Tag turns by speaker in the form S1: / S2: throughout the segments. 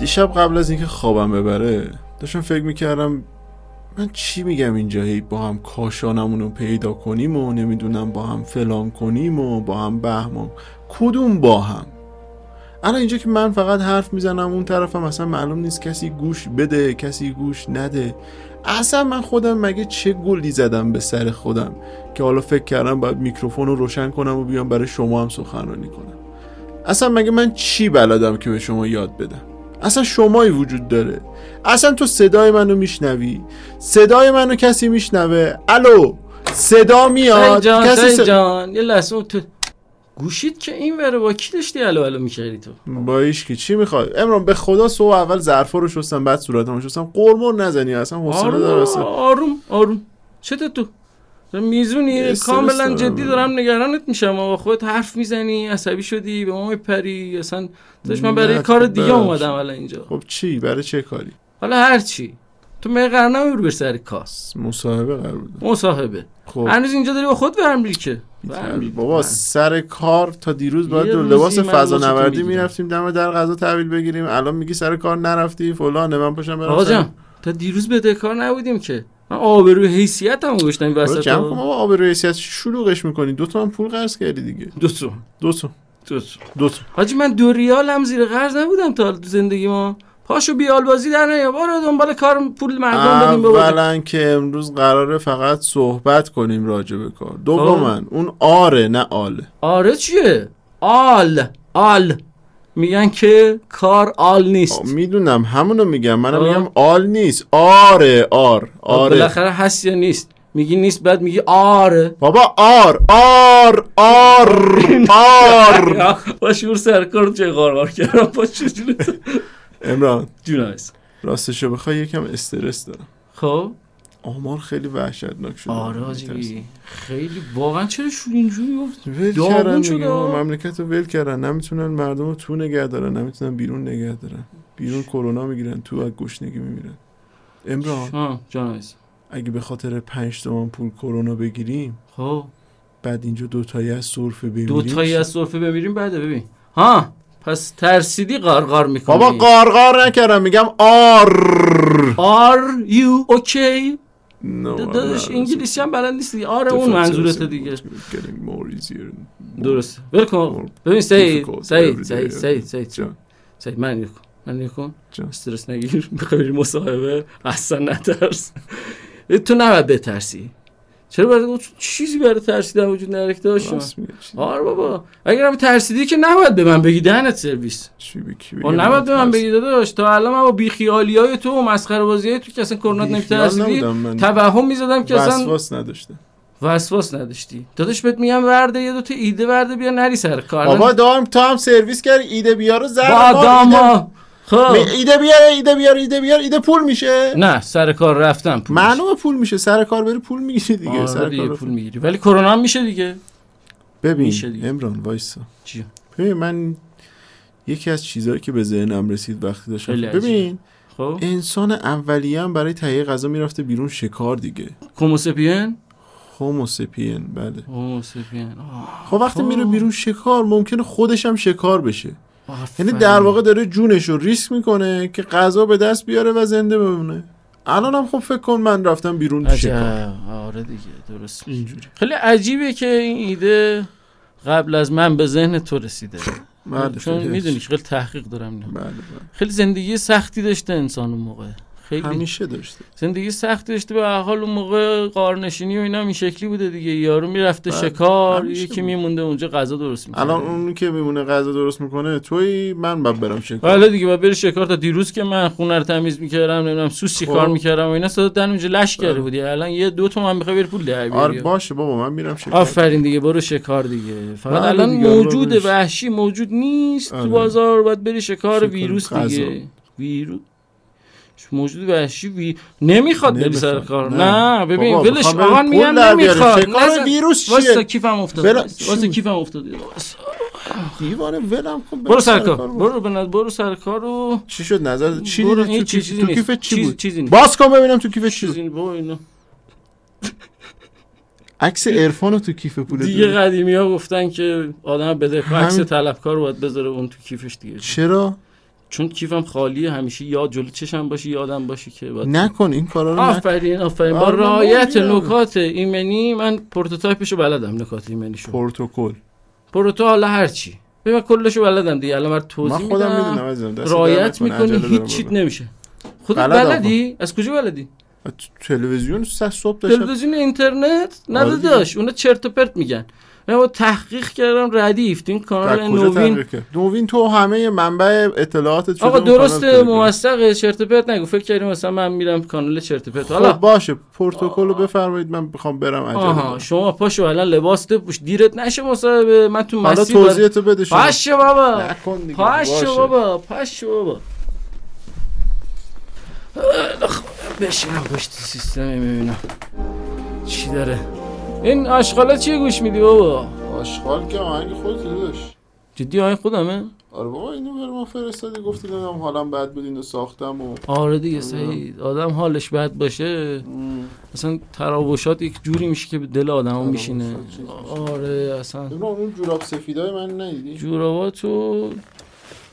S1: دیشب قبل از اینکه خوابم ببره داشتم فکر میکردم من چی میگم اینجا هی با هم کاشانمون رو پیدا کنیم و نمیدونم با هم فلان کنیم و با هم بهمان کدوم با هم الان اینجا که من فقط حرف میزنم اون طرفم اصلا معلوم نیست کسی گوش بده کسی گوش نده اصلا من خودم مگه چه گلی زدم به سر خودم که حالا فکر کردم باید میکروفون رو روشن کنم و بیام برای شما هم سخنرانی کنم اصلا مگه من چی بلدم که به شما یاد بدم اصلا شمایی وجود داره اصلا تو صدای منو میشنوی صدای منو کسی میشنوه الو صدا
S2: سعید
S1: میاد
S2: جان
S1: کسی
S2: سعید
S1: ص-
S2: جان یه لحظه اون تو گوشید که این وره با کی داشتی الو الو میکردی تو
S1: با که چی میخواد امران به خدا صبح اول ظرفا رو شستم بعد صورتمو شستم قرمون نزنی اصلا حوصله دارم
S2: آروم
S1: اصلا
S2: آروم آروم چته تو
S1: یه
S2: میزونی
S1: استرس
S2: کاملا
S1: دارم.
S2: جدی دارم نگرانت میشم آقا خودت حرف میزنی عصبی شدی به ما میپری اصلا داشت من برای
S1: نه،
S2: کار
S1: خب
S2: دیگه
S1: ببخشید.
S2: اومدم الان اینجا
S1: خب چی برای چه کاری
S2: حالا هر چی تو می قرار نمیبری بر سر کاس
S1: مصاحبه قرار بود
S2: مصاحبه
S1: خب
S2: هنوز اینجا داری با خود برم که برمی‌ری.
S1: بابا سر کار تا دیروز باید
S2: یه
S1: دو
S2: روزی
S1: لباس
S2: من
S1: فضا
S2: لباستو
S1: نوردی
S2: می‌گیرم.
S1: میرفتیم دم در غذا تحویل بگیریم الان میگی سر کار نرفتی فلانه من پاشم برم
S2: آقا
S1: سر-
S2: جان تا دیروز بده کار نبودیم که من آبروی حیثیت هم گوشتم این
S1: بابا
S2: وسط
S1: جمع کن
S2: ها.
S1: بابا خب آبروی حیثیت شلوغش میکنی دو تومن پول قرض کردی دیگه
S2: دو تا
S1: دو تو
S2: دو تا
S1: دو تا
S2: حاجی من دو ریال هم زیر قرض نبودم تا حالا تو زندگی ما پاشو بیال بازی در نیا برو دنبال کار پول مردم بدیم بابا
S1: اولا که امروز قراره فقط صحبت کنیم راجع به کار دوما
S2: آه.
S1: اون آره نه آله
S2: آره چیه آل آل میگن که کار آل نیست
S1: آه، میدونم همونو میگم منم
S2: آه.
S1: میگم آل نیست آره آر آره
S2: خب. بالاخره هست یا نیست میگی نیست بعد میگی آره
S1: بابا آر آر آر آر
S2: یا، با شور سرکار چه قارقار کردم با چه جوری تو-
S1: امران
S2: جونم هست.
S1: راستشو بخوای یکم استرس دارم
S2: خب
S1: آمار خیلی وحشتناک شده
S2: آره
S1: می‌ترسم.
S2: حاجی خیلی واقعا چرا شو اینجوری گفت
S1: ول
S2: داغون
S1: کردن
S2: شده
S1: دیگه.
S2: آه.
S1: مملکت رو ول کردن نمیتونن مردم رو تو نگه دارن نمیتونن بیرون نگه دارن بیرون کرونا میگیرن تو از گشنگی میمیرن امران
S2: ها جان عزیز.
S1: اگه به خاطر پنج تومن پول کرونا بگیریم
S2: خب
S1: بعد اینجا دوتایی از سرفه بمیریم
S2: دو تایی از سرفه بمیریم بعد ببین ها پس ترسیدی قارقار میکنی
S1: بابا قارقار نکردم میگم آر
S2: Are you okay?
S1: نه،
S2: داداش
S1: نه،
S2: انگلیسی هم بلد نیست دیگه آره
S1: different
S2: اون منظورت
S1: sense of
S2: دیگه
S1: what's getting more easier and more-
S2: درست ول کن ببین
S1: difficult
S2: سعید
S1: every day.
S2: سعید سعید سعید سعید
S1: جان
S2: سعید من نگاه کن من نگاه کن
S1: جان.
S2: استرس نگیر بخوای بری مصاحبه اصلا نترس تو نباید بترسی چرا برای چیزی برای ترسیدن وجود نرک داشت
S1: راست میگه. چی-
S2: آره بابا اگر هم ترسیدی که نباید به من بگی دهنت سرویس
S1: چی به کی
S2: و
S1: بگم؟
S2: خب نباید به من
S1: ترس-
S2: بگی داداش تا الان من با بیخیالی های تو و مسخره بازی های تو که اصلا کرونات
S1: بیخیال
S2: نمیترسیدی
S1: نبودم من.
S2: توهم میزدم که اصلا
S1: وسواس نداشتم
S2: وسواس نداشتی داداش بهت میگم ورده یه دو تا ایده ورده بیا نری سر کار
S1: بابا دام تو هم سرویس کرد ایده بیا رو زد
S2: با
S1: ما
S2: داما خب
S1: ایده... می- ایده بیار ایده بیار ایده بیار ایده پول میشه
S2: نه سر کار رفتم پول آره
S1: معلومه پول میشه سر کار بری پول میگیری دیگه سر
S2: دیگه
S1: کار رو-
S2: پول میگیری ولی کرونا هم میشه دیگه میشه
S1: ببین
S2: دیگه.
S1: امران وایسا
S2: چی؟
S1: ببین من یکی از چیزهایی که به ذهنم رسید وقتی داشتم
S2: خیلی
S1: ببین
S2: خب
S1: انسان اولیه هم برای تهیه غذا میرفته بیرون شکار دیگه
S2: کوموسپین
S1: هوموسپین بله
S2: کوموسپین آه،
S1: خب وقتی
S2: آه.
S1: میره بیرون شکار ممکنه خودش هم شکار بشه یعنی
S2: آفرین.
S1: در واقع داره جونش رو ریسک میکنه که غذا به دست بیاره و زنده بمونه الان هم خب فکر کن من رفتم بیرون شکار
S2: عجب. آره دیگه درست خیلی عجیبه که این ایده قبل از من به ذهن تو رسیده
S1: بله،
S2: چون
S1: خیلی
S2: میدونی خیلی تحقیق دارم اینا.
S1: بله بله
S2: خیلی زندگی سختی داشته انسان اون موقع خیلی
S1: همیشه داشته
S2: زندگی سختی داشته به هر حال اون موقع قارنشینی و اینا هم این شکلی بوده دیگه یارو میرفته
S1: بله،
S2: شکار
S1: همیشه
S2: یکی
S1: بود.
S2: میمونده اونجا غذا درست میکنه
S1: الان اون که میمونه غذا درست میکنه توی من باید برم شکار
S2: حالا دیگه باید بری شکار تا دیروز که من خونه رو تمیز میکردم نمیدونم سوسی
S1: خب.
S2: کار میکردم و اینا صدا دن اونجا لش کرده
S1: بله.
S2: بودی الان یه دو تومن میخوای بری پول در بیاری
S1: آره باشه بابا من میرم شکار
S2: آفرین دیگه برو شکار دیگه فقط
S1: بله
S2: الان
S1: دیگه،
S2: موجوده
S1: برو برش.
S2: وحشی موجود نیست
S1: آره.
S2: تو بازار باید بری شکار
S1: شکار
S2: ویروس
S1: غذا.
S2: دیگه ویروس موجود وحشی وی... نمیخواد بری
S1: نمیخواد.
S2: سر کار
S1: نه.
S2: نه, ببین
S1: بابا،
S2: ولش
S1: میخوام بریم
S2: آقا
S1: پول
S2: میگن
S1: در بیاریم.
S2: نمیخواد
S1: شکار
S2: نزن.
S1: ویروس چیه؟
S2: واسه کیفم افتاد
S1: برم.
S2: واسه کیفم افتاد واسه.
S1: دیوانه ولم کن
S2: برو سر کار
S1: برو.
S2: برو بنا برو سر کار رو
S1: چی شد نظر چی
S2: برو،
S1: دیدی
S2: این
S1: تو,
S2: چیزی
S1: کیف... تو
S2: نیست.
S1: کیفت چی
S2: چیز-
S1: بود
S2: چیزی نیست.
S1: باز کن ببینم تو کیفت چی بود
S2: چیزی با اینا
S1: عکس عرفان تو کیف پول
S2: دیگه
S1: دیگه
S2: قدیمی ها گفتن که آدم بده عکس
S1: همین-
S2: طلبکار رو باید بذاره اون تو کیفش دیگه
S1: چرا
S2: چون کیفم خالیه همیشه یا جلو چشم باشه یادم باشه که باید
S1: نکن این کارا رو نکن
S2: آفرین آفرین با
S1: آره، من
S2: رعایت
S1: میگم.
S2: نکات ایمنی من پروتوتایپشو بلدم نکات
S1: خب.
S2: ایمنیشو
S1: پروتکل
S2: پروتو حالا هر چی ببین من کلشو بلدم دیگه الان من
S1: من
S2: توضیح
S1: خودم
S2: میدم.
S1: میدونم عزیزم دست در
S2: رعایت
S1: نکنه،
S2: میکنی
S1: عجله دارم
S2: هیچ چیت
S1: واقعا.
S2: نمیشه خودت
S1: بلدم.
S2: بلدی از کجا بلدی
S1: تو تلویزیون سه صبح داشتم
S2: تلویزیون اینترنت
S1: آره دیگه.
S2: نداداش اونا چرت و پرت میگن من با تحقیق کردم ردیف تو این کانال
S1: در کجا
S2: آره، نوین
S1: تحقیق کرد؟ نوین تو همه منبع اطلاعاتت شده
S2: آقا
S1: اون کانال
S2: درست
S1: تلگرام.
S2: موثق چرت و پرت نگو فکر کردیم مثلا من میرم کانال چرت و پرت
S1: خب
S2: حالا
S1: باشه پروتکل رو بفرمایید من میخوام برم عجله
S2: آها
S1: دارم.
S2: شما پاشو الان لباس بپوش دیرت نشه مصاحبه من تو
S1: حالا
S2: مسیر دارم.
S1: توضیحتو بده شما
S2: پاشو بابا
S1: نکن دیگه
S2: پاشو
S1: باشه.
S2: بابا پاشو بابا اه، خب، بشینم پشت سیستم ببینم چی داره این آشغالا چیه گوش میدی بابا
S1: آشغال که آهنگ خودت داشت
S2: جدی آهنگ خودمه
S1: آره بابا اینو برای من فرستادی گفتی دادم حالم بد بود اینو ساختم و
S2: آره دیگه سعید آدم حالش بد باشه اصلا تراوشات یک جوری میشه که به دل آدم میشینه
S1: تراوشات چیز میشه.
S2: آره اصلا
S1: ببین اون جوراب سفیدای من ندیدی
S2: جوراواتو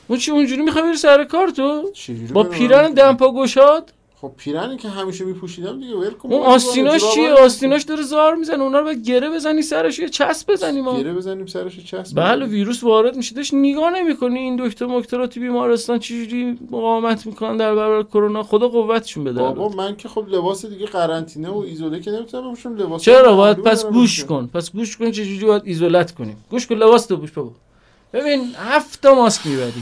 S2: اون چی اونجوری میخوای بری سر کار تو
S1: چجوری
S2: با
S1: برم؟
S2: پیرن دمپا گشاد
S1: خب پیرنی که همیشه میپوشیدم دیگه ول کن
S2: اون
S1: بابا،
S2: آستیناش
S1: جوراب
S2: چیه
S1: هم-
S2: آستیناش داره زار میزنه اونا رو باید گره بزنی سرش یه چسب بزنی ما
S1: گره بزنیم سرش چسب
S2: بله
S1: بزنیم.
S2: ویروس وارد میشه داشت نگاه نمیکنی این دکتر مکترا تو بیمارستان چجوری مقاومت میکنن در برابر کرونا خدا قوتشون بده
S1: بابا من که خب لباس دیگه قرنطینه و ایزوله که نمیتونم بپوشم لباس
S2: چرا
S1: هم
S2: باید
S1: معلومه
S2: پس
S1: دارم
S2: گوش
S1: میشه.
S2: کن پس گوش کن چه جوری باید ایزولت کنیم گوش کن لباس تو پوش بابا ببین هفت تا ماسک میبری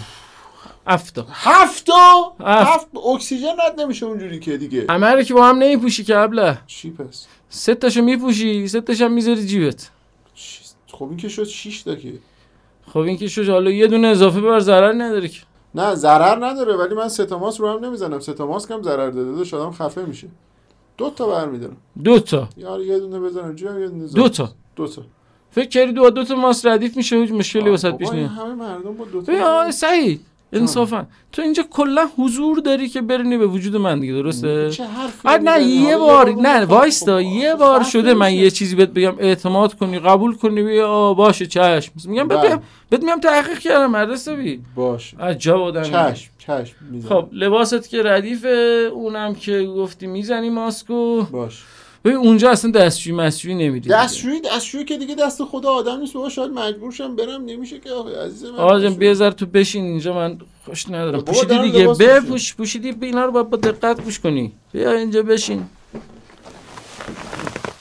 S2: هفت تا
S1: هفتا
S2: هفت.
S1: هفت اکسیژن رد نمیشه اونجوری که دیگه
S2: همه رو که با هم نمیپوشی که ابله
S1: چی پس
S2: سه تاشو میپوشی سه تاشو هم میذاری جیبت
S1: چی؟ خب این که شد 6 تا که
S2: خب این که شد حالا یه دونه اضافه بر ضرر نداره که
S1: نه ضرر نداره ولی من سه تا ماسک رو هم نمیزنم سه تا ماسک هم ضرر داده دو شدم خفه میشه دو تا برمیدارم
S2: دو تا
S1: یار یه دونه بزنم جیبم یه دونه زنم.
S2: دو تا
S1: دو تا
S2: فکر کردی دو دو تا ماسک ردیف میشه هیچ مشکلی واسط
S1: آه،
S2: پیش
S1: بابا، این
S2: نمیاد
S1: همه مردم با دو تا
S2: ببین آقای سعید انصافا تو اینجا کلا حضور داری که برنی به وجود من دیگه درسته
S1: چه حرفی
S2: بعد نه
S1: می‌زنی؟
S2: یه
S1: حالا
S2: بار
S1: بابا،
S2: نه
S1: خب،
S2: وایستا
S1: خب،
S2: یه
S1: خب،
S2: بار
S1: خب،
S2: شده من
S1: میشه.
S2: یه چیزی بهت بگم اعتماد کنی قبول کنی بیا باشه چشم میگم بهت
S1: بله.
S2: بگم- بهت میگم تحقیق کردم مدرسه بی
S1: باش
S2: عجب آدمی
S1: چشم چشم میزنم
S2: خب لباست که ردیفه اونم که گفتی میزنی ماسکو
S1: باش
S2: ببین اونجا اصلا دستشویی مسجویی نمیری دیگه.
S1: دستشویی دستشویی که دیگه دست خدا آدم نیست بابا شاید مجبور شم برم نمیشه که آخه عزیز من
S2: آقا جان
S1: دستشویی.
S2: بیا ذره تو بشین اینجا من خوش ندارم
S1: بابا
S2: پوشیدی
S1: دارم
S2: دیگه
S1: لباس می‌پوشم.
S2: بپوش پوشیدی ب- اینا رو باید با دقت پوش کنی بیا اینجا بشین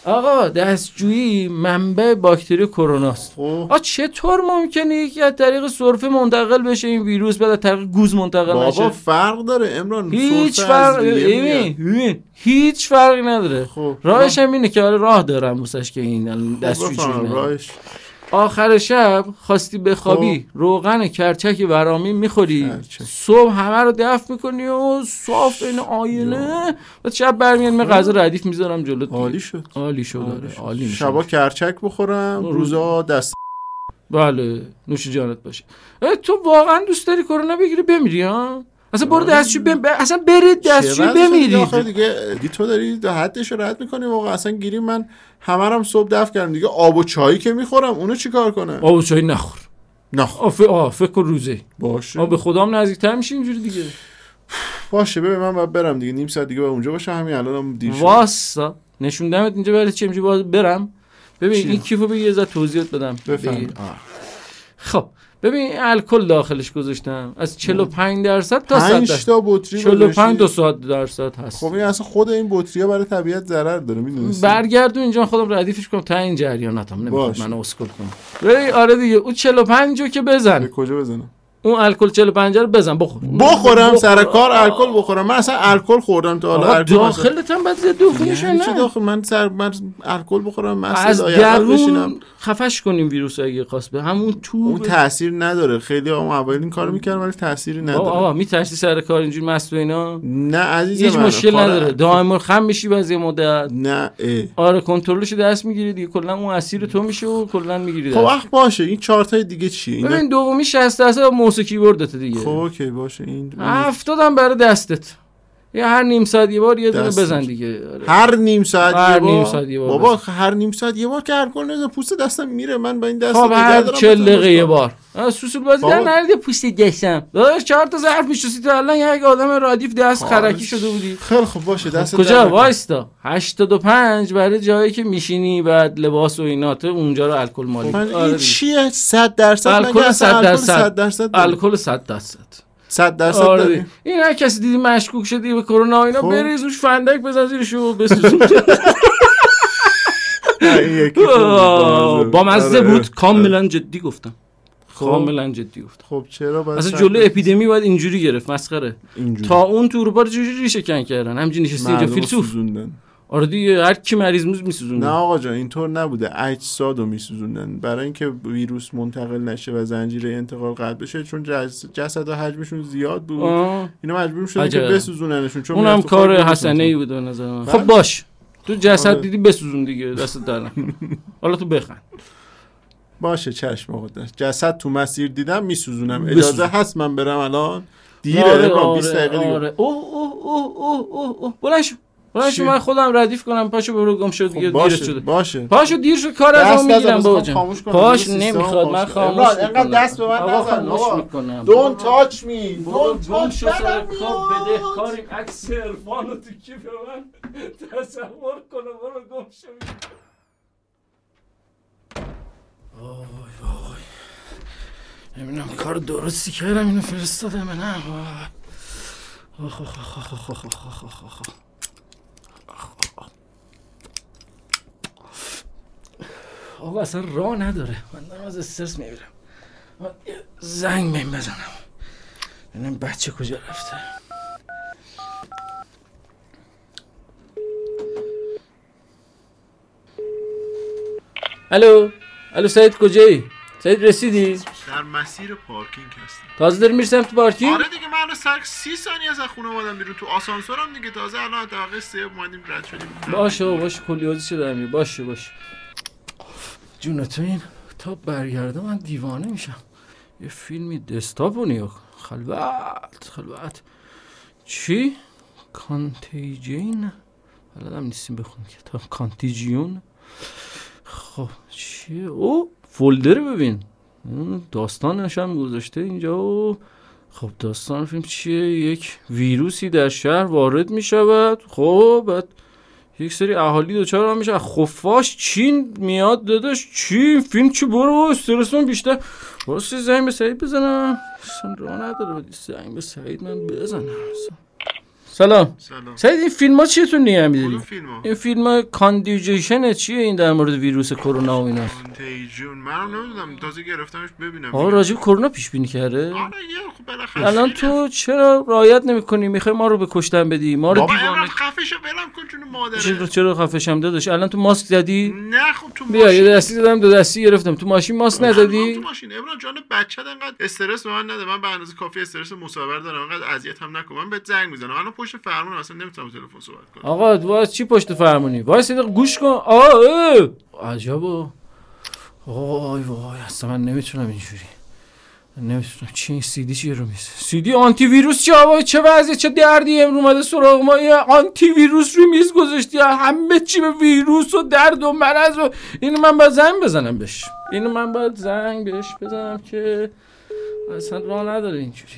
S2: آقا دستجویی منبع باکتری کرونا است
S1: خب
S2: آ چطور ممکنه یکی از طریق سرفه منتقل بشه این ویروس بعد از طریق گوز منتقل
S1: بابا
S2: نشه
S1: فرق داره امران
S2: هیچ
S1: سرفه
S2: فرق
S1: از ریه
S2: ببین
S1: میاد.
S2: ببین، هیچ فرقی نداره
S1: خب
S2: راهش هم اینه که آره راه دارم موسش که این الان دستجویی
S1: بفرمایید،
S2: جویی نداره.
S1: راهش
S2: آخر شب خواستی بخوابی روغن کرچک ورامین میخوری
S1: خب. کرچک.
S2: صبح همه رو دفع میکنی و صاف این آینه و شب برمیان من غذا ردیف میذارم جلوت
S1: عالی
S2: دیگه.
S1: شد
S2: عالی شد
S1: خب. عالی
S2: آره
S1: شد.
S2: عالی میشه
S1: شبا کرچک بخورم
S2: روز-
S1: روزا دست
S2: بله نوش جانت باشه اه، تو واقعا دوست داری کرونا بگیری بمیری ها اصلا برو
S1: آره.
S2: دستشوی بم... ب- اصلا برید دستشوی
S1: چقدر شد دیگه آخه
S2: بمیرید
S1: دیگه دیگه تو داری در حدش رو رد میکنی واقعا اصلا گیری من همه رو هم صبح دفع کردم دیگه آب و چایی که میخورم اونو چیکار کنم
S2: آب و چای نخور
S1: نه خب،
S2: آه، ف- آه فکر کن روزه
S1: باشه
S2: آه به خدام نزدیکتر میشه اینجوری دیگه
S1: باشه ببین من باید برم دیگه نیم ساعت دیگه باید اونجا باشم همین الانم دیر شد
S2: واسا نشون دمت اینجا برای چی میشه باز برم ببین
S1: چی؟
S2: این کیفو به یه ذره توضیح بدم بگیر.
S1: بفهم آه.
S2: خب ببین این الکل داخلش گذاشتم از 45 درصد تا 100
S1: پنج
S2: درصد
S1: تا بطری
S2: 45
S1: گذاشتی.
S2: تا 100 درصد هست
S1: خب این اصلا خود این بطری ها برای طبیعت ضرر داره
S2: بله.
S1: میدونستی
S2: برگردون اینجا من خودم ردیفش کنم تا این جریاناتم نمیخواد
S1: باش.
S2: من اسکل کنم ببین آره دیگه اون 45 رو که بزن
S1: به کجا بزنم
S2: اون الکل 45 رو بزن بخور
S1: بخورم
S2: بخور.
S1: سر کار الکل بخورم من اصلا الکل خوردم تا حالا
S2: آقا
S1: الکل مثلا-
S2: داخلت هم بعد زده و خونش
S1: یعنی چی
S2: نه
S1: داخل من سر من الکل بخورم من
S2: از
S1: لایقت بشینم
S2: درون خفش کنیم ویروس اگه خواست به همون تو
S1: اون تاثیر نداره خیلی هم اول این کارو میکردم ولی تاثیری
S2: آقا
S1: نداره
S2: آقا میترسی سر کار اینجوری مست و اینا
S1: نه عزیز
S2: هیچ
S1: من
S2: مشکل
S1: کار-
S2: نداره دائم خم میشی بعضی مدت
S1: نه اه.
S2: آره کنترلش دست میگیری دیگه کلا اون اسیر تو میشه و کلا میگیری
S1: خب
S2: دست
S1: اخ باشه این چارتای دیگه چی اینا
S2: ببین دومی 60 درصد موسیقی بردت دیگه
S1: خب اوکی باشه این
S2: هفتاد هم برای دستت یه هر نیم ساعت یه بار یه دونه
S1: دستت.
S2: بزن دیگه آره.
S1: هر نیم ساعت
S2: هر
S1: یه
S2: نیم
S1: بار.
S2: ساعت یه بار
S1: بابا هر نیم ساعت یه بار که الکل نزن پوست دستم میره من با این دست
S2: خب
S1: دیگه
S2: هر
S1: دارم
S2: چه
S1: بزنم
S2: دقیقه یه
S1: باشم.
S2: بار آه، سوسول بازی
S1: بابا.
S2: در نرده پوست دستم داداش چهار تا ظرف میشوسی تا الان یک آدم رادیف دست
S1: آه،
S2: خرکی شده بودی
S1: آره. خیلی خب باشه دست
S2: کجا وایستا 85 برای جایی که میشینی بعد لباس و اینا تو اونجا رو الکل مالی
S1: خب من
S2: آره
S1: این
S2: دیگه.
S1: چیه 100 درصد من
S2: الکل
S1: که اصلا
S2: 100
S1: الکل 100
S2: درصد.
S1: درصد داریم.
S2: الکل 100 درصد
S1: 100 درصد
S2: آره دیگه.
S1: داریم.
S2: این هر کسی دیدی مشکوک شدی به کرونا و اینا
S1: خب.
S2: بریز روش فندک بزن زیرش و بسوزون
S1: نه، این یکی خوب بود،
S2: آه،
S1: بامزه
S2: با مزه
S1: آره.
S2: بود کاملا جدی گفتم
S1: خب.
S2: کاملا جدی گفتم
S1: خب چرا باید
S2: اصلا
S1: صد
S2: جلو
S1: درصد
S2: اپیدمی باید اینجوری گرفت مسخره
S1: اینجوری
S2: تا اون تو اروپا رو چجوری ریشه کن کردن همینجوری نشستی اینجا
S1: مردم رو
S2: فیلسوف
S1: سوزوندن.
S2: آره دیگه هر کی مریض موز میسوزونه
S1: نه آقا جان اینطور نبوده اجساد رو میسوزوندن برای اینکه ویروس منتقل نشه و زنجیره انتقال قطع بشه چون جس... جسد و حجمشون زیاد بود
S2: آه.
S1: اینا مجبور شدن
S2: عجب.
S1: که بسوزوننشون چون
S2: اونم
S1: میرفت تو
S2: کار
S1: خاک
S2: حسنه ای
S1: می‌سوزوند.
S2: بود به نظر من
S1: بله.
S2: خب باش تو جسد
S1: آره.
S2: دیدی بسوزون دیگه دست در نکن. حالا تو بخند
S1: باشه چشم آقا دست. جسد تو مسیر دیدم میسوزونم اجازه
S2: بسوزون.
S1: هست من برم الان
S2: آره،
S1: دیره با 20 دقیقه دیگه
S2: آره اوه اوه اوه اوه اوه اوه بلند شو بلند شو
S1: چی؟
S2: من خودم ردیف کنم پاشو برو گم شد دیگه
S1: خب
S2: دیر
S1: باشه
S2: شده
S1: باشه
S2: پاشو دیر شد کار
S1: دست
S2: از اون
S1: نزن،
S2: میگیرم
S1: میخوام
S2: بابا جان
S1: خاموش کنم.
S2: پاش
S1: سیستم رو
S2: نمیخواد
S1: خاموش
S2: من
S1: کن.
S2: خاموش
S1: امراد، اینقدر
S2: می‌کنم.
S1: دست به من
S2: آقا
S1: نزن، آقا.
S2: خاموش میکنم
S1: دون تاچ می
S2: بابا
S1: دون
S2: گم
S1: تاچ
S2: شو سر کار بده کاریم عکس عرفان رو تو کیف من تصور کنه برو گم شو نمیدونم کار درستی کردم اینو فرستادم یا نه آه. آخ، آخ، آخ، آخ، آخ، آخ، آخ، آخ، آخ، آخ. آقا اصلا راه نداره من دارم از استرس میبیرم زنگ بهم بزنم ببینم بچه کجا رفته الو الو سعید کجایی سعید رسیدی
S1: در مسیر پارکینگ هستم
S2: تازه داری میری سمت پارکینگ
S1: آره دیگه من الان سر سی ثانیه از خونه اومدم بیرون تو آسانسورم دیگه تازه الان دقیقه سه اومدیم رد شدیم
S2: باشه بابا، باشه کلیوزی شده همین باشه باشه جون تو این تا برگرده من دیوانه میشم یه فیلمی دستاپو نیا کن. خلوت خلوت چی؟ کانتیجین بلدم نیستیم بخون که تا کانتیجیون خب چیه؟ او فولدر رو ببین اون داستانش هم گذاشته اینجا و خب داستان فیلم چیه یک ویروسی در شهر وارد می شود خب بعد یک سری اهالی دوچار هم میشه از خفاش چین میاد داداش چین فیلم چی برو استرس من بیشتر واسه زنگ به سعید بزنم اصلا راه نداره ولی زنگ به سعید من بزنم اصلا. سلام
S1: سلام
S2: سعید این فیلم ها چیه تو نیه میدیدی؟
S1: کدوم فیلم
S2: این فیلم ها کاندیجیشنه چیه این در مورد ویروس کرونا و اینا
S1: کانتیجون منم نمیدونم تازه گرفتمش ببینم
S2: آقا راجب کرونا پیش بینی کرده
S1: آره یه خب بالاخره
S2: الان تو چرا رعایت نمیکنی میخوای ما رو به کشتن بدی ما رو
S1: بابا
S2: دیوانه
S1: امراد خفشو ولم کن جون
S2: چرا
S1: مادره
S2: چرا خفشم داداش الان تو ماسک زدی
S1: نه خب تو
S2: بیا یه
S1: ماشین
S2: دستی دادم دو دستی گرفتم تو ماشین ماسک
S1: من تو
S2: نزدی
S1: ماشین امران جان بچه انقدر استرس به من نده من به اندازه کافی استرس مصاحبه دارم انقدر اذیت هم نکن من بهت زنگ میزنم الان پشت فرمون اصلا نمیتونم تلفن صحبت کنم
S2: آقا واسه چی پشت فرمونی وایس یه دقیقه گوش کن آه اه. عجبا وای وای اصلا من نمیتونم اینجوری نمیتونم چی این سیدی چیه رو میز سیدی آنتی ویروس چه آوای چه وضعی چه دردی امروز اومده سراغ ما یه آنتی ویروس رو میز گذاشتی همه چی به ویروس و درد و مرض و اینو من باید زنگ بزنم بهش اینو من باید زنگ بهش بزنم که اصلا راه نداره اینجوری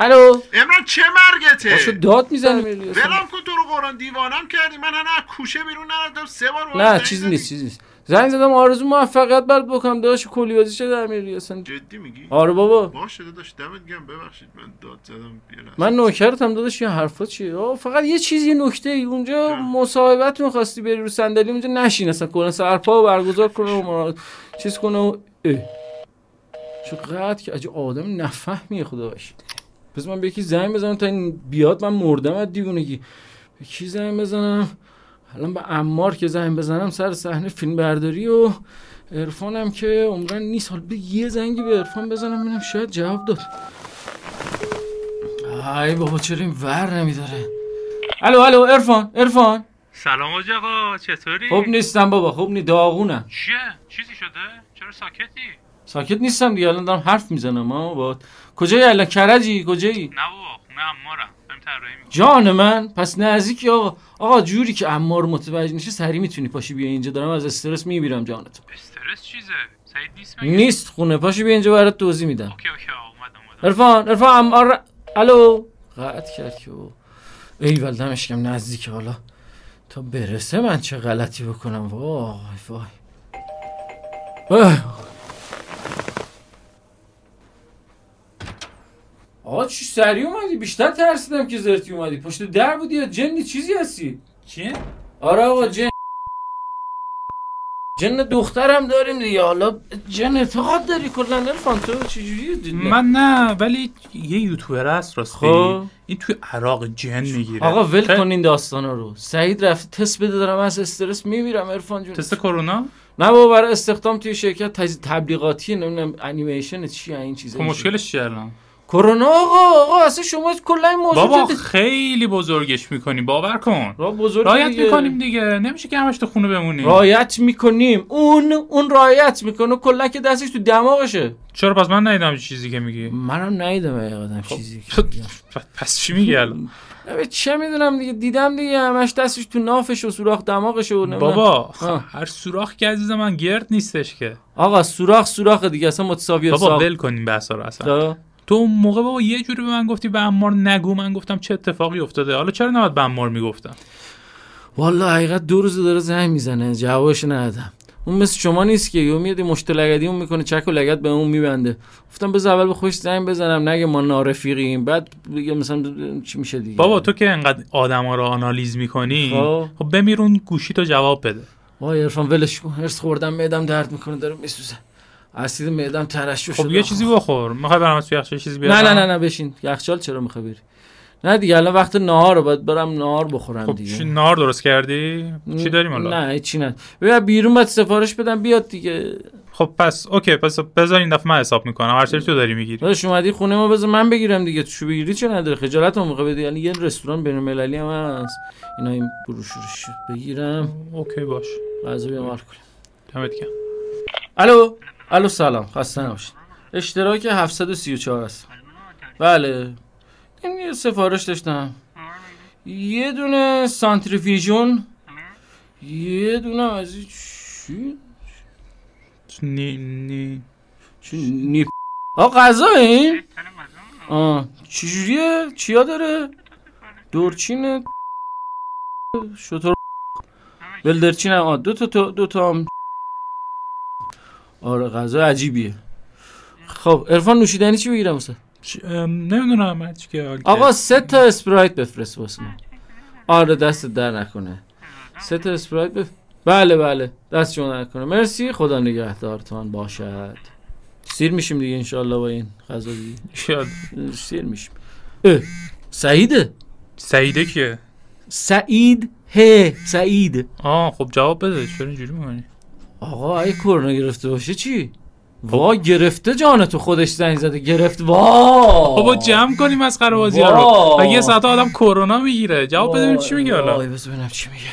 S2: الو
S1: امران چه
S2: باشو
S1: مرگته
S2: داد میزنیم
S1: ولم کن تو رو قرآن دیوانم کردی من هنه از کوشه بیرون نردم سه بار باهات
S2: نه
S1: زنگ
S2: چیزی
S1: زدی.
S2: نیست چیزی نیست زنگ زدم آرزو موفقیت برات بکنم داداش کلیوازی شده امیری اصلا
S1: جدی میگی
S2: آره بابا
S1: باشه داداش دمت گرم ببخشید من داد زدم یه لحظه.
S2: من نوکرتم داداش این حرفا چیه آه، فقط یه چیزی نکته ای اونجا
S1: جان.
S2: مصاحبت میخواستی بری رو صندلی اونجا نشین اصلا کلا سرپا برگزار کنه و ما- چیز کنه و اه. چقدر که عجب آدم نفهمیه خدا باشید پس من به یکی زنگ بزنم تا این بیاد من مردم از دیوونگی به کی زنگ بزنم الان به امار که زنگ بزنم سر صحنه فیلم برداری و عرفانم که عمرن نیست حالا به یه زنگی به عرفان بزنم ببینم شاید جواب داد ای بابا چرا این ور نمیداره الو الو عرفان عرفان
S3: سلام حاج آقا چطوری؟
S4: خب.
S2: خوب نیستم بابا خوب نی داغونم
S3: چیه؟ چیزی شده؟ چرا ساکتی؟
S2: ساکت نیستم دیگه الان دارم حرف میزنم ها با کجایی الان کرجی کجایی
S3: نه بابا خونه خونه امارم داریم طراحی میکنیم
S2: جان من پس نزدیک آقا آقا جوری که امار متوجه نشه سری میتونی پاشی بیا اینجا دارم از استرس میمیرم جانتو
S3: استرس چیزه سعید نیست مگه
S2: نیست خونه پاشی بیا اینجا برات توضیح میدم
S3: اوکی اوکی آقا، اومد اومد
S2: عرفان عرفان امار الو قطع کرد که او ایول دمش کم نزدیک حالا تا برسه من چه غلطی بکنم وای وای اه. آقا چی سری اومدی بیشتر ترسیدم که زرتی اومدی پشت در بودی یا جنی چیزی هستی
S3: چی
S2: آره آقا جن جن دخترم داریم دیگه حالا جن اعتقاد داری کلا عرفان تو چجوری
S4: من نه ولی یه یوتیوبر هست راستی
S2: خب.
S4: این توی عراق جن میگیره
S2: آقا ول کن این داستانا رو سعید رفت تست بده دارم از استرس میمیرم عرفان جون
S4: تست کرونا خب،
S2: نه بابا برای استخدام توی شرکت تز... تبلیغاتی نمیدونم انیمیشن چی این چیزا
S4: خب مشکلش چیه الان
S2: کرونا آقا آقا اصلا شما کلا این موضوع
S4: بابا
S2: جدی-
S4: خیلی بزرگش میکنی باور کن
S2: را بزرگ
S4: رایت
S2: دیگه.
S4: میکنیم دیگه نمیشه که همش تو خونه بمونی
S2: رایت میکنیم اون اون رایت میکنه کلا که دستش تو دماغشه
S4: چرا پس من ندیدم این چیزی که میگی
S2: منم ندیدم حقیقتا
S4: خب،
S2: چیزی که
S4: تو-
S2: میگم.
S4: پ- پس چی میگی الان
S2: آره، چه میدونم دیگه دیدم دیگه همش دستش تو نافش و سوراخ دماغش و نمیدونم.
S4: بابا
S2: آه.
S4: هر سوراخ که عزیز من گرد نیستش که
S2: آقا سوراخ سوراخ دیگه اصلا متساوی
S4: بابا
S2: ساق.
S4: ول کنیم بحثا رو اصلا
S2: تا-
S4: تو اون موقع بابا یه جوری به من گفتی به عمار نگو من گفتم چه اتفاقی افتاده حالا چرا نباید به عمار میگفتم
S2: والا حقیقت دو روز داره زنگ میزنه جوابش ندادم اون مثل شما نیست که یه میاد مشتلگدی اون میکنه چک و لگد به اون میبنده گفتم بذار اول به خوش زنگ بزنم نگه ما نارفیقیم بعد بگه مثلا چی میشه دیگه
S4: بابا تو که انقدر آدما رو آنالیز میکنی
S2: خب.
S4: خب بمیر اون گوشی تو جواب بده
S2: وای عرفان ولش کن هرس خوردم معدم درد میکنه داره میسوزه اسید معدم ترشح
S4: خب
S2: شده.
S4: یه چیزی بخور میخوای برام از توی یخچال چیزی
S2: نه
S4: بیارم
S2: نه نه نه بشین یخچال چرا میخوای بری نه دیگه الان وقت نهار رو باید برم نهار بخورم
S4: خب
S2: دیگه
S4: چی- نهار درست کردی چی داریم حالا
S2: نه هیچی نه بیا بیرون باید سفارش بدم بیاد دیگه
S4: خب پس اوکی پس بذار این دفعه من حساب میکنم هر چیزی تو داری میگیری
S2: داداش اومدی خونه ما بذار من بگیرم دیگه تو بگیری چه نداره خجالت هم میخوای بدی یعنی یه رستوران بین المللی هم هست اینا این بروشورش بگیرم
S4: اوکی باش
S2: غذا بیام حال کنیم
S4: دمت گرم
S2: الو الو سلام خسته نباشید اشتراک 734 هست بله این یه سفارش داشتم یه دونه سانتریفیژون یه دونه هم از این چی
S4: نی نی
S2: چی نیپ آ غذا این
S3: تن مزنون رو.
S2: آه چجوریه؟ چیا داره؟ دورچین شطور بلدرچین هم آه دو تا تو دو تا هم آره غذا عجیبیه خب عرفان نوشیدنی چی بگیرم واسه
S4: چ- ام، نمیدونم من چی که حال
S2: آقا
S4: کرد.
S2: سه تا اسپرایت بفرست واسه من آره دست در نکنه سه تا اسپرایت بف... بله بله دست شما نکنه مرسی خدا نگهدارتان باشد سیر میشیم دیگه انشالله با این غذا دیگه
S4: شاید.
S2: سیر میشیم اه، سعیده
S4: سعیده کیه
S2: سعید هه سعید
S4: آه خب جواب بده چرا اینجوری میکنی
S2: آقا اگه کرونا گرفته باشه چی
S4: خب.
S2: وا گرفته جان تو خودش زنگ زده گرفت وا
S4: بابا جمع کنیم از بازی
S2: وای.
S4: رو و یه ساعت آدم کرونا میگیره جواب بده ببینیم چی میگه
S2: وای،
S4: حالا
S2: بذار ببینم چی میگه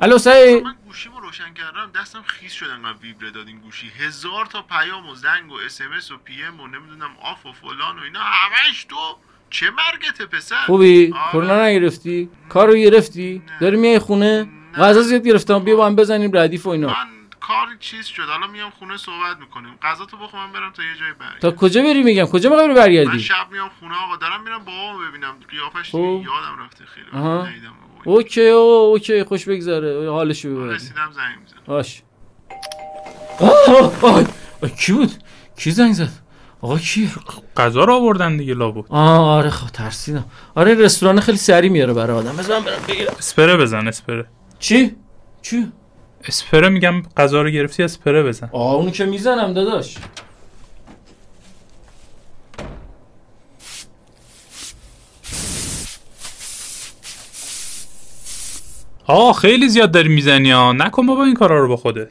S2: الو سعید
S1: من گوشیمو روشن کردم دستم خیس شد انقدر ویبره داد این گوشی هزار تا پیام و زنگ و اسمس و پی ام و نمیدونم آف و فلان و اینا همش تو چه مرگته پسر
S2: خوبی
S1: آره.
S2: کرونا نگرفتی کارو گرفتی داری میای خونه غذا زیاد گرفتم بیا با هم بزنیم ردیف و اینا
S1: من کار چیز شد حالا میام خونه صحبت میکنیم غذا تو بخور من برم تا یه جای برگردم
S2: تا کجا بری میگم کجا میخوای
S1: من
S2: برگردی
S1: شب میام خونه آقا دارم میرم بابامو ببینم قیافش
S2: خب.
S1: یادم رفته خیلی
S2: آها.
S1: ندیدم بابا.
S2: اوکی او اوکی خوش بگذره حالشو ببری
S1: رسیدم زنگ میزنم
S2: باش آه، آه، آه، کی بود کی زنگ زد آقا کی
S4: غذا رو آوردن دیگه لابو
S2: آه آره خب ترسیدم آره این رستوران خیلی سری میاره برای آدم بذار من برم بگیرم
S4: اسپره بزن اسپره
S2: چی چی
S4: اسپره میگم غذا رو گرفتی اسپره بزن
S2: آه اونو که میزنم داداش
S4: آه خیلی زیاد داری میزنی ها نکن بابا این کارا رو با خودت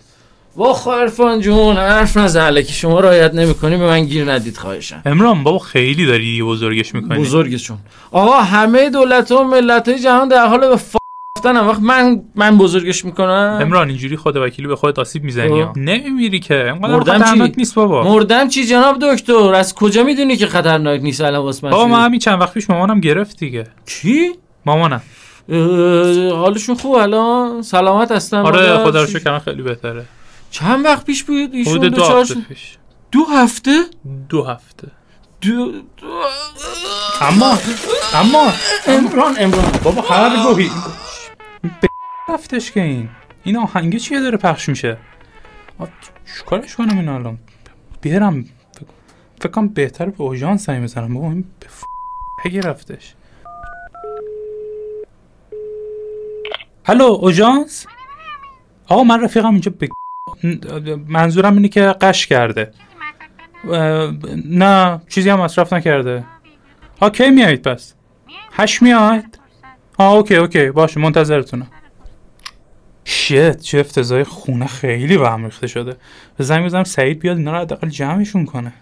S2: واخ عرفان جون حرف نزن که شما رعایت نمیکنی به من گیر ندید خواهشم
S4: امران بابا خیلی داری دیگه بزرگش میکنی
S2: بزرگشون آقا همه دولت و ملت های جهان در حال به ف... رفتنم وقت من من بزرگش میکنم
S4: عمران اینجوری خدا وکیلی به خودت آسیب میزنی
S2: خب.
S4: نمیمیری که اینقدر
S2: مردم چی؟
S4: خطرناک نیست بابا
S2: مردم چی جناب دکتر از کجا میدونی که خطرناک نیست الان واسه من
S4: بابا
S2: شده؟
S4: من همین چند وقت پیش مامانم گرفت دیگه
S2: کی
S4: مامانم
S2: اه، حالشون خوب الان سلامت هستن
S4: آره
S2: مادر؟
S4: خدا رو
S2: چی-
S4: شکر الان خیلی بهتره
S2: چند وقت پیش بود ایشون
S4: حدود دو
S2: دوچار
S4: هفته
S2: شد؟
S4: پیش
S2: دو هفته
S4: دو هفته
S2: دو, دو...
S4: اما اما
S2: امران امران
S4: بابا هر گوهی به رفتش که این این آهنگه چیه داره پخش میشه آه، چیکارش کنم این الان بیارم فکر- فکر کنم بهتر به اوژان سعی بزنم بابا این به ف... اگه رفتش هلو اوژانس آقا من رفیقم اینجا به منظورم اینه که قش کرده اه، نه چیزی هم مصرف نکرده ها کی میایید پس هش میاد آه اوکی اوکی باشه منتظرتونم شت چه افتضای خونه خیلی به هم ریخته شده به زنگ بزنم سعید بیاد اینا رو حداقل جمعشون کنه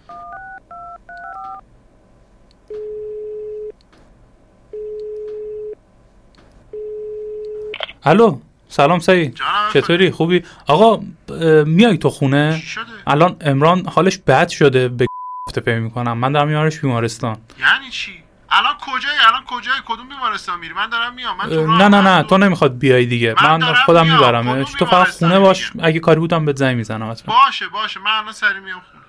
S4: الو سلام سعید
S1: جانم
S4: چطوری خوبی آقا اه، میای تو خونه
S1: چی شده
S4: الان امران حالش بد شده به گفته پی میکنم من دارم میارش بیمارستان
S1: یعنی چی الان کجایی الان کجایی کدوم بیمارستان میری من دارم میام من
S4: اه،
S1: تو راه
S4: نه نه نه
S1: هستم.
S4: تو نمیخواد بیای دیگه
S1: من
S4: من,
S1: دارم
S4: خودم
S1: میام.
S4: میبرمش
S1: کدوم
S4: تو فقط
S1: بیمارستان
S4: خونه باش
S1: میگم؟
S4: اگه کاری بودم بهت زنگ میزنم حتما
S1: باشه باشه من الان سری میام خونه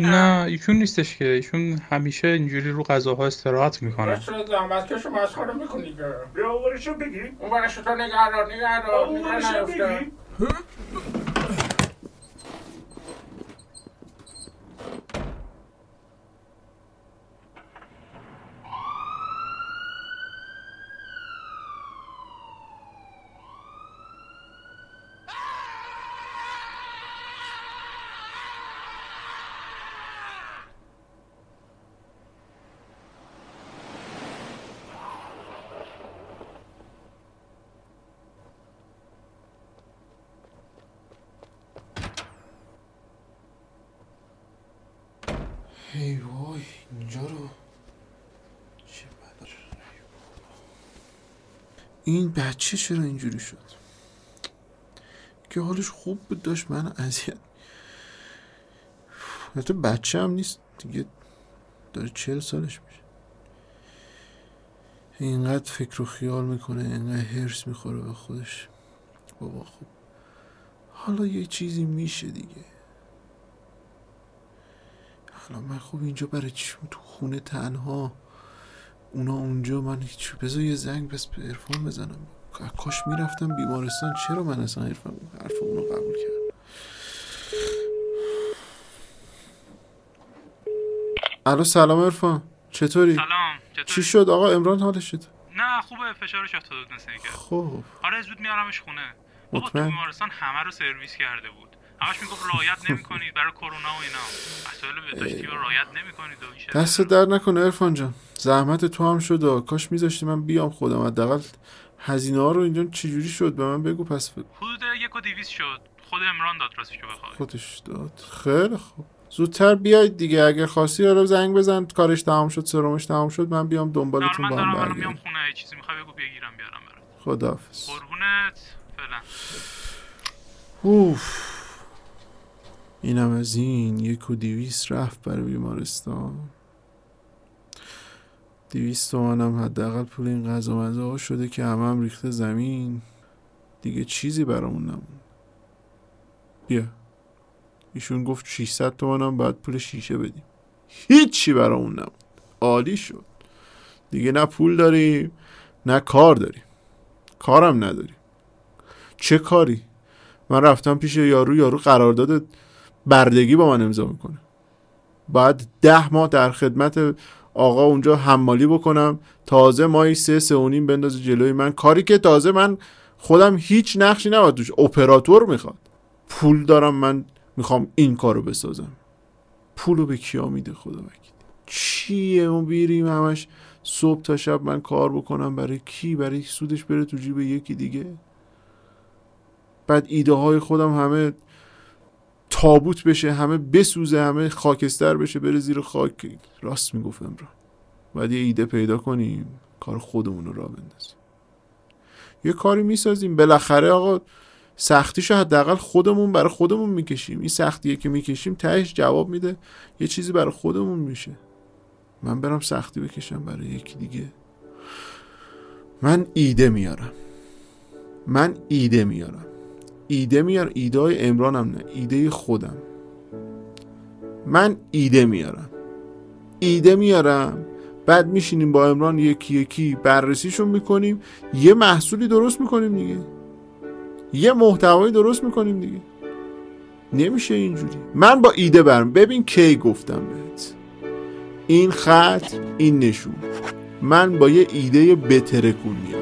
S4: نه ایشون نیستش که ایشون همیشه اینجوری رو غذاها استراحت میکنه
S5: چرا زحمت کشو مسخره میکنی که
S6: بیا اولشو بگی
S5: اون برش تو نگهدار نگهدار نگهدار
S6: اولشو
S5: نیفته.
S6: بگی
S3: ای وای اینجا رو چه بد- این بچه چرا اینجوری شد که حالش خوب بود داشت من اذیت حتی بچه هم نیست دیگه داره چهل سالش میشه اینقدر فکر و خیال میکنه اینقدر هرس میخوره به خودش بابا خوب حالا یه چیزی میشه دیگه حالا من خوب اینجا برای چی تو خونه تنها اونا اونجا من هیچ بذار یه زنگ بس به عرفان بزنم کاش میرفتم بیمارستان چرا من اصلا عرفان حرف اونو قبول کردم الو سلام عرفان چطوری
S1: سلام
S3: چی
S1: چطوری
S3: شد آقا امران حالش شد
S1: نه خوبه فشارش افتاده بود مثل اینکه
S3: خب
S1: آره زود میارمش خونه بابا تو
S3: مطمئن
S1: بیمارستان همه رو سرویس کرده بود همش میگفت رعایت نمیکنید برای کرونا و اینا مسائل بهداشتی رو رعایت نمیکنید و این شعر.
S3: دست در نکنه عرفان جان زحمت تو هم شد آه. کاش میذاشتی من بیام خودم حداقل هزینه ها رو اینجا چجوری شد به من بگو پس
S1: حدود یک و دیویس شد خود امران داد راستش رو بخواد
S3: خودش داد خیلی خوب زودتر بیاید دیگه اگه خواستی حالا زنگ بزن کارش تمام شد سرومش تمام شد من بیام
S1: نه
S3: دنبالتون
S1: من
S3: با
S1: دارم
S3: هم
S1: الان میام
S3: برگردم
S1: خونه یه چیزی میخوای بگو بگیرم بیارم برات
S3: خداحافظ
S1: قربونت فعلا
S3: اوف اینم از این یک و دیویس رفت برای بیمارستان دیویس تومنم حداقل پول این غذا مزه ها شده که همه هم ریخته زمین دیگه چیزی برامون نمون بیا ایشون گفت 600 تومنم باید پول شیشه بدیم هیچی برامون نمون عالی شد دیگه نه پول داریم نه کار داریم کارم نداریم چه کاری من رفتم پیش یارو یارو قرارداد بردگی با من امضا میکنه بعد ده ماه در خدمت آقا اونجا حمالی بکنم تازه مایی سه سه و نیم بندازه جلوی من کاری که تازه من خودم هیچ نقشی نباید توش اپراتور میخواد پول دارم من میخوام این کارو بسازم پولو به کیا میده خدا وکیل چیه اون بیریم همش صبح تا شب من کار بکنم برای کی برای کی سودش بره تو جیب یکی دیگه بعد ایده های خودم همه تابوت بشه همه بسوزه همه خاکستر بشه بره زیر خاک راست میگفت امران باید یه ایده پیدا کنیم کار خودمون رو را بندازیم یه کاری میسازیم بالاخره آقا سختیشو حداقل خودمون برای خودمون میکشیم این سختیه که میکشیم تهش جواب میده یه چیزی برای خودمون میشه من برم سختی بکشم برای یکی دیگه من ایده میارم من ایده میارم ایده میارم ایده های امرانم نه ایده خودم من ایده میارم ایده میارم بعد میشینیم با امران یکی یکی بررسیشون میکنیم یه محصولی درست میکنیم دیگه یه محتوایی درست میکنیم دیگه نمیشه اینجوری من با ایده برم ببین کی گفتم بهت این خط این نشون من با یه ایده بترکون میام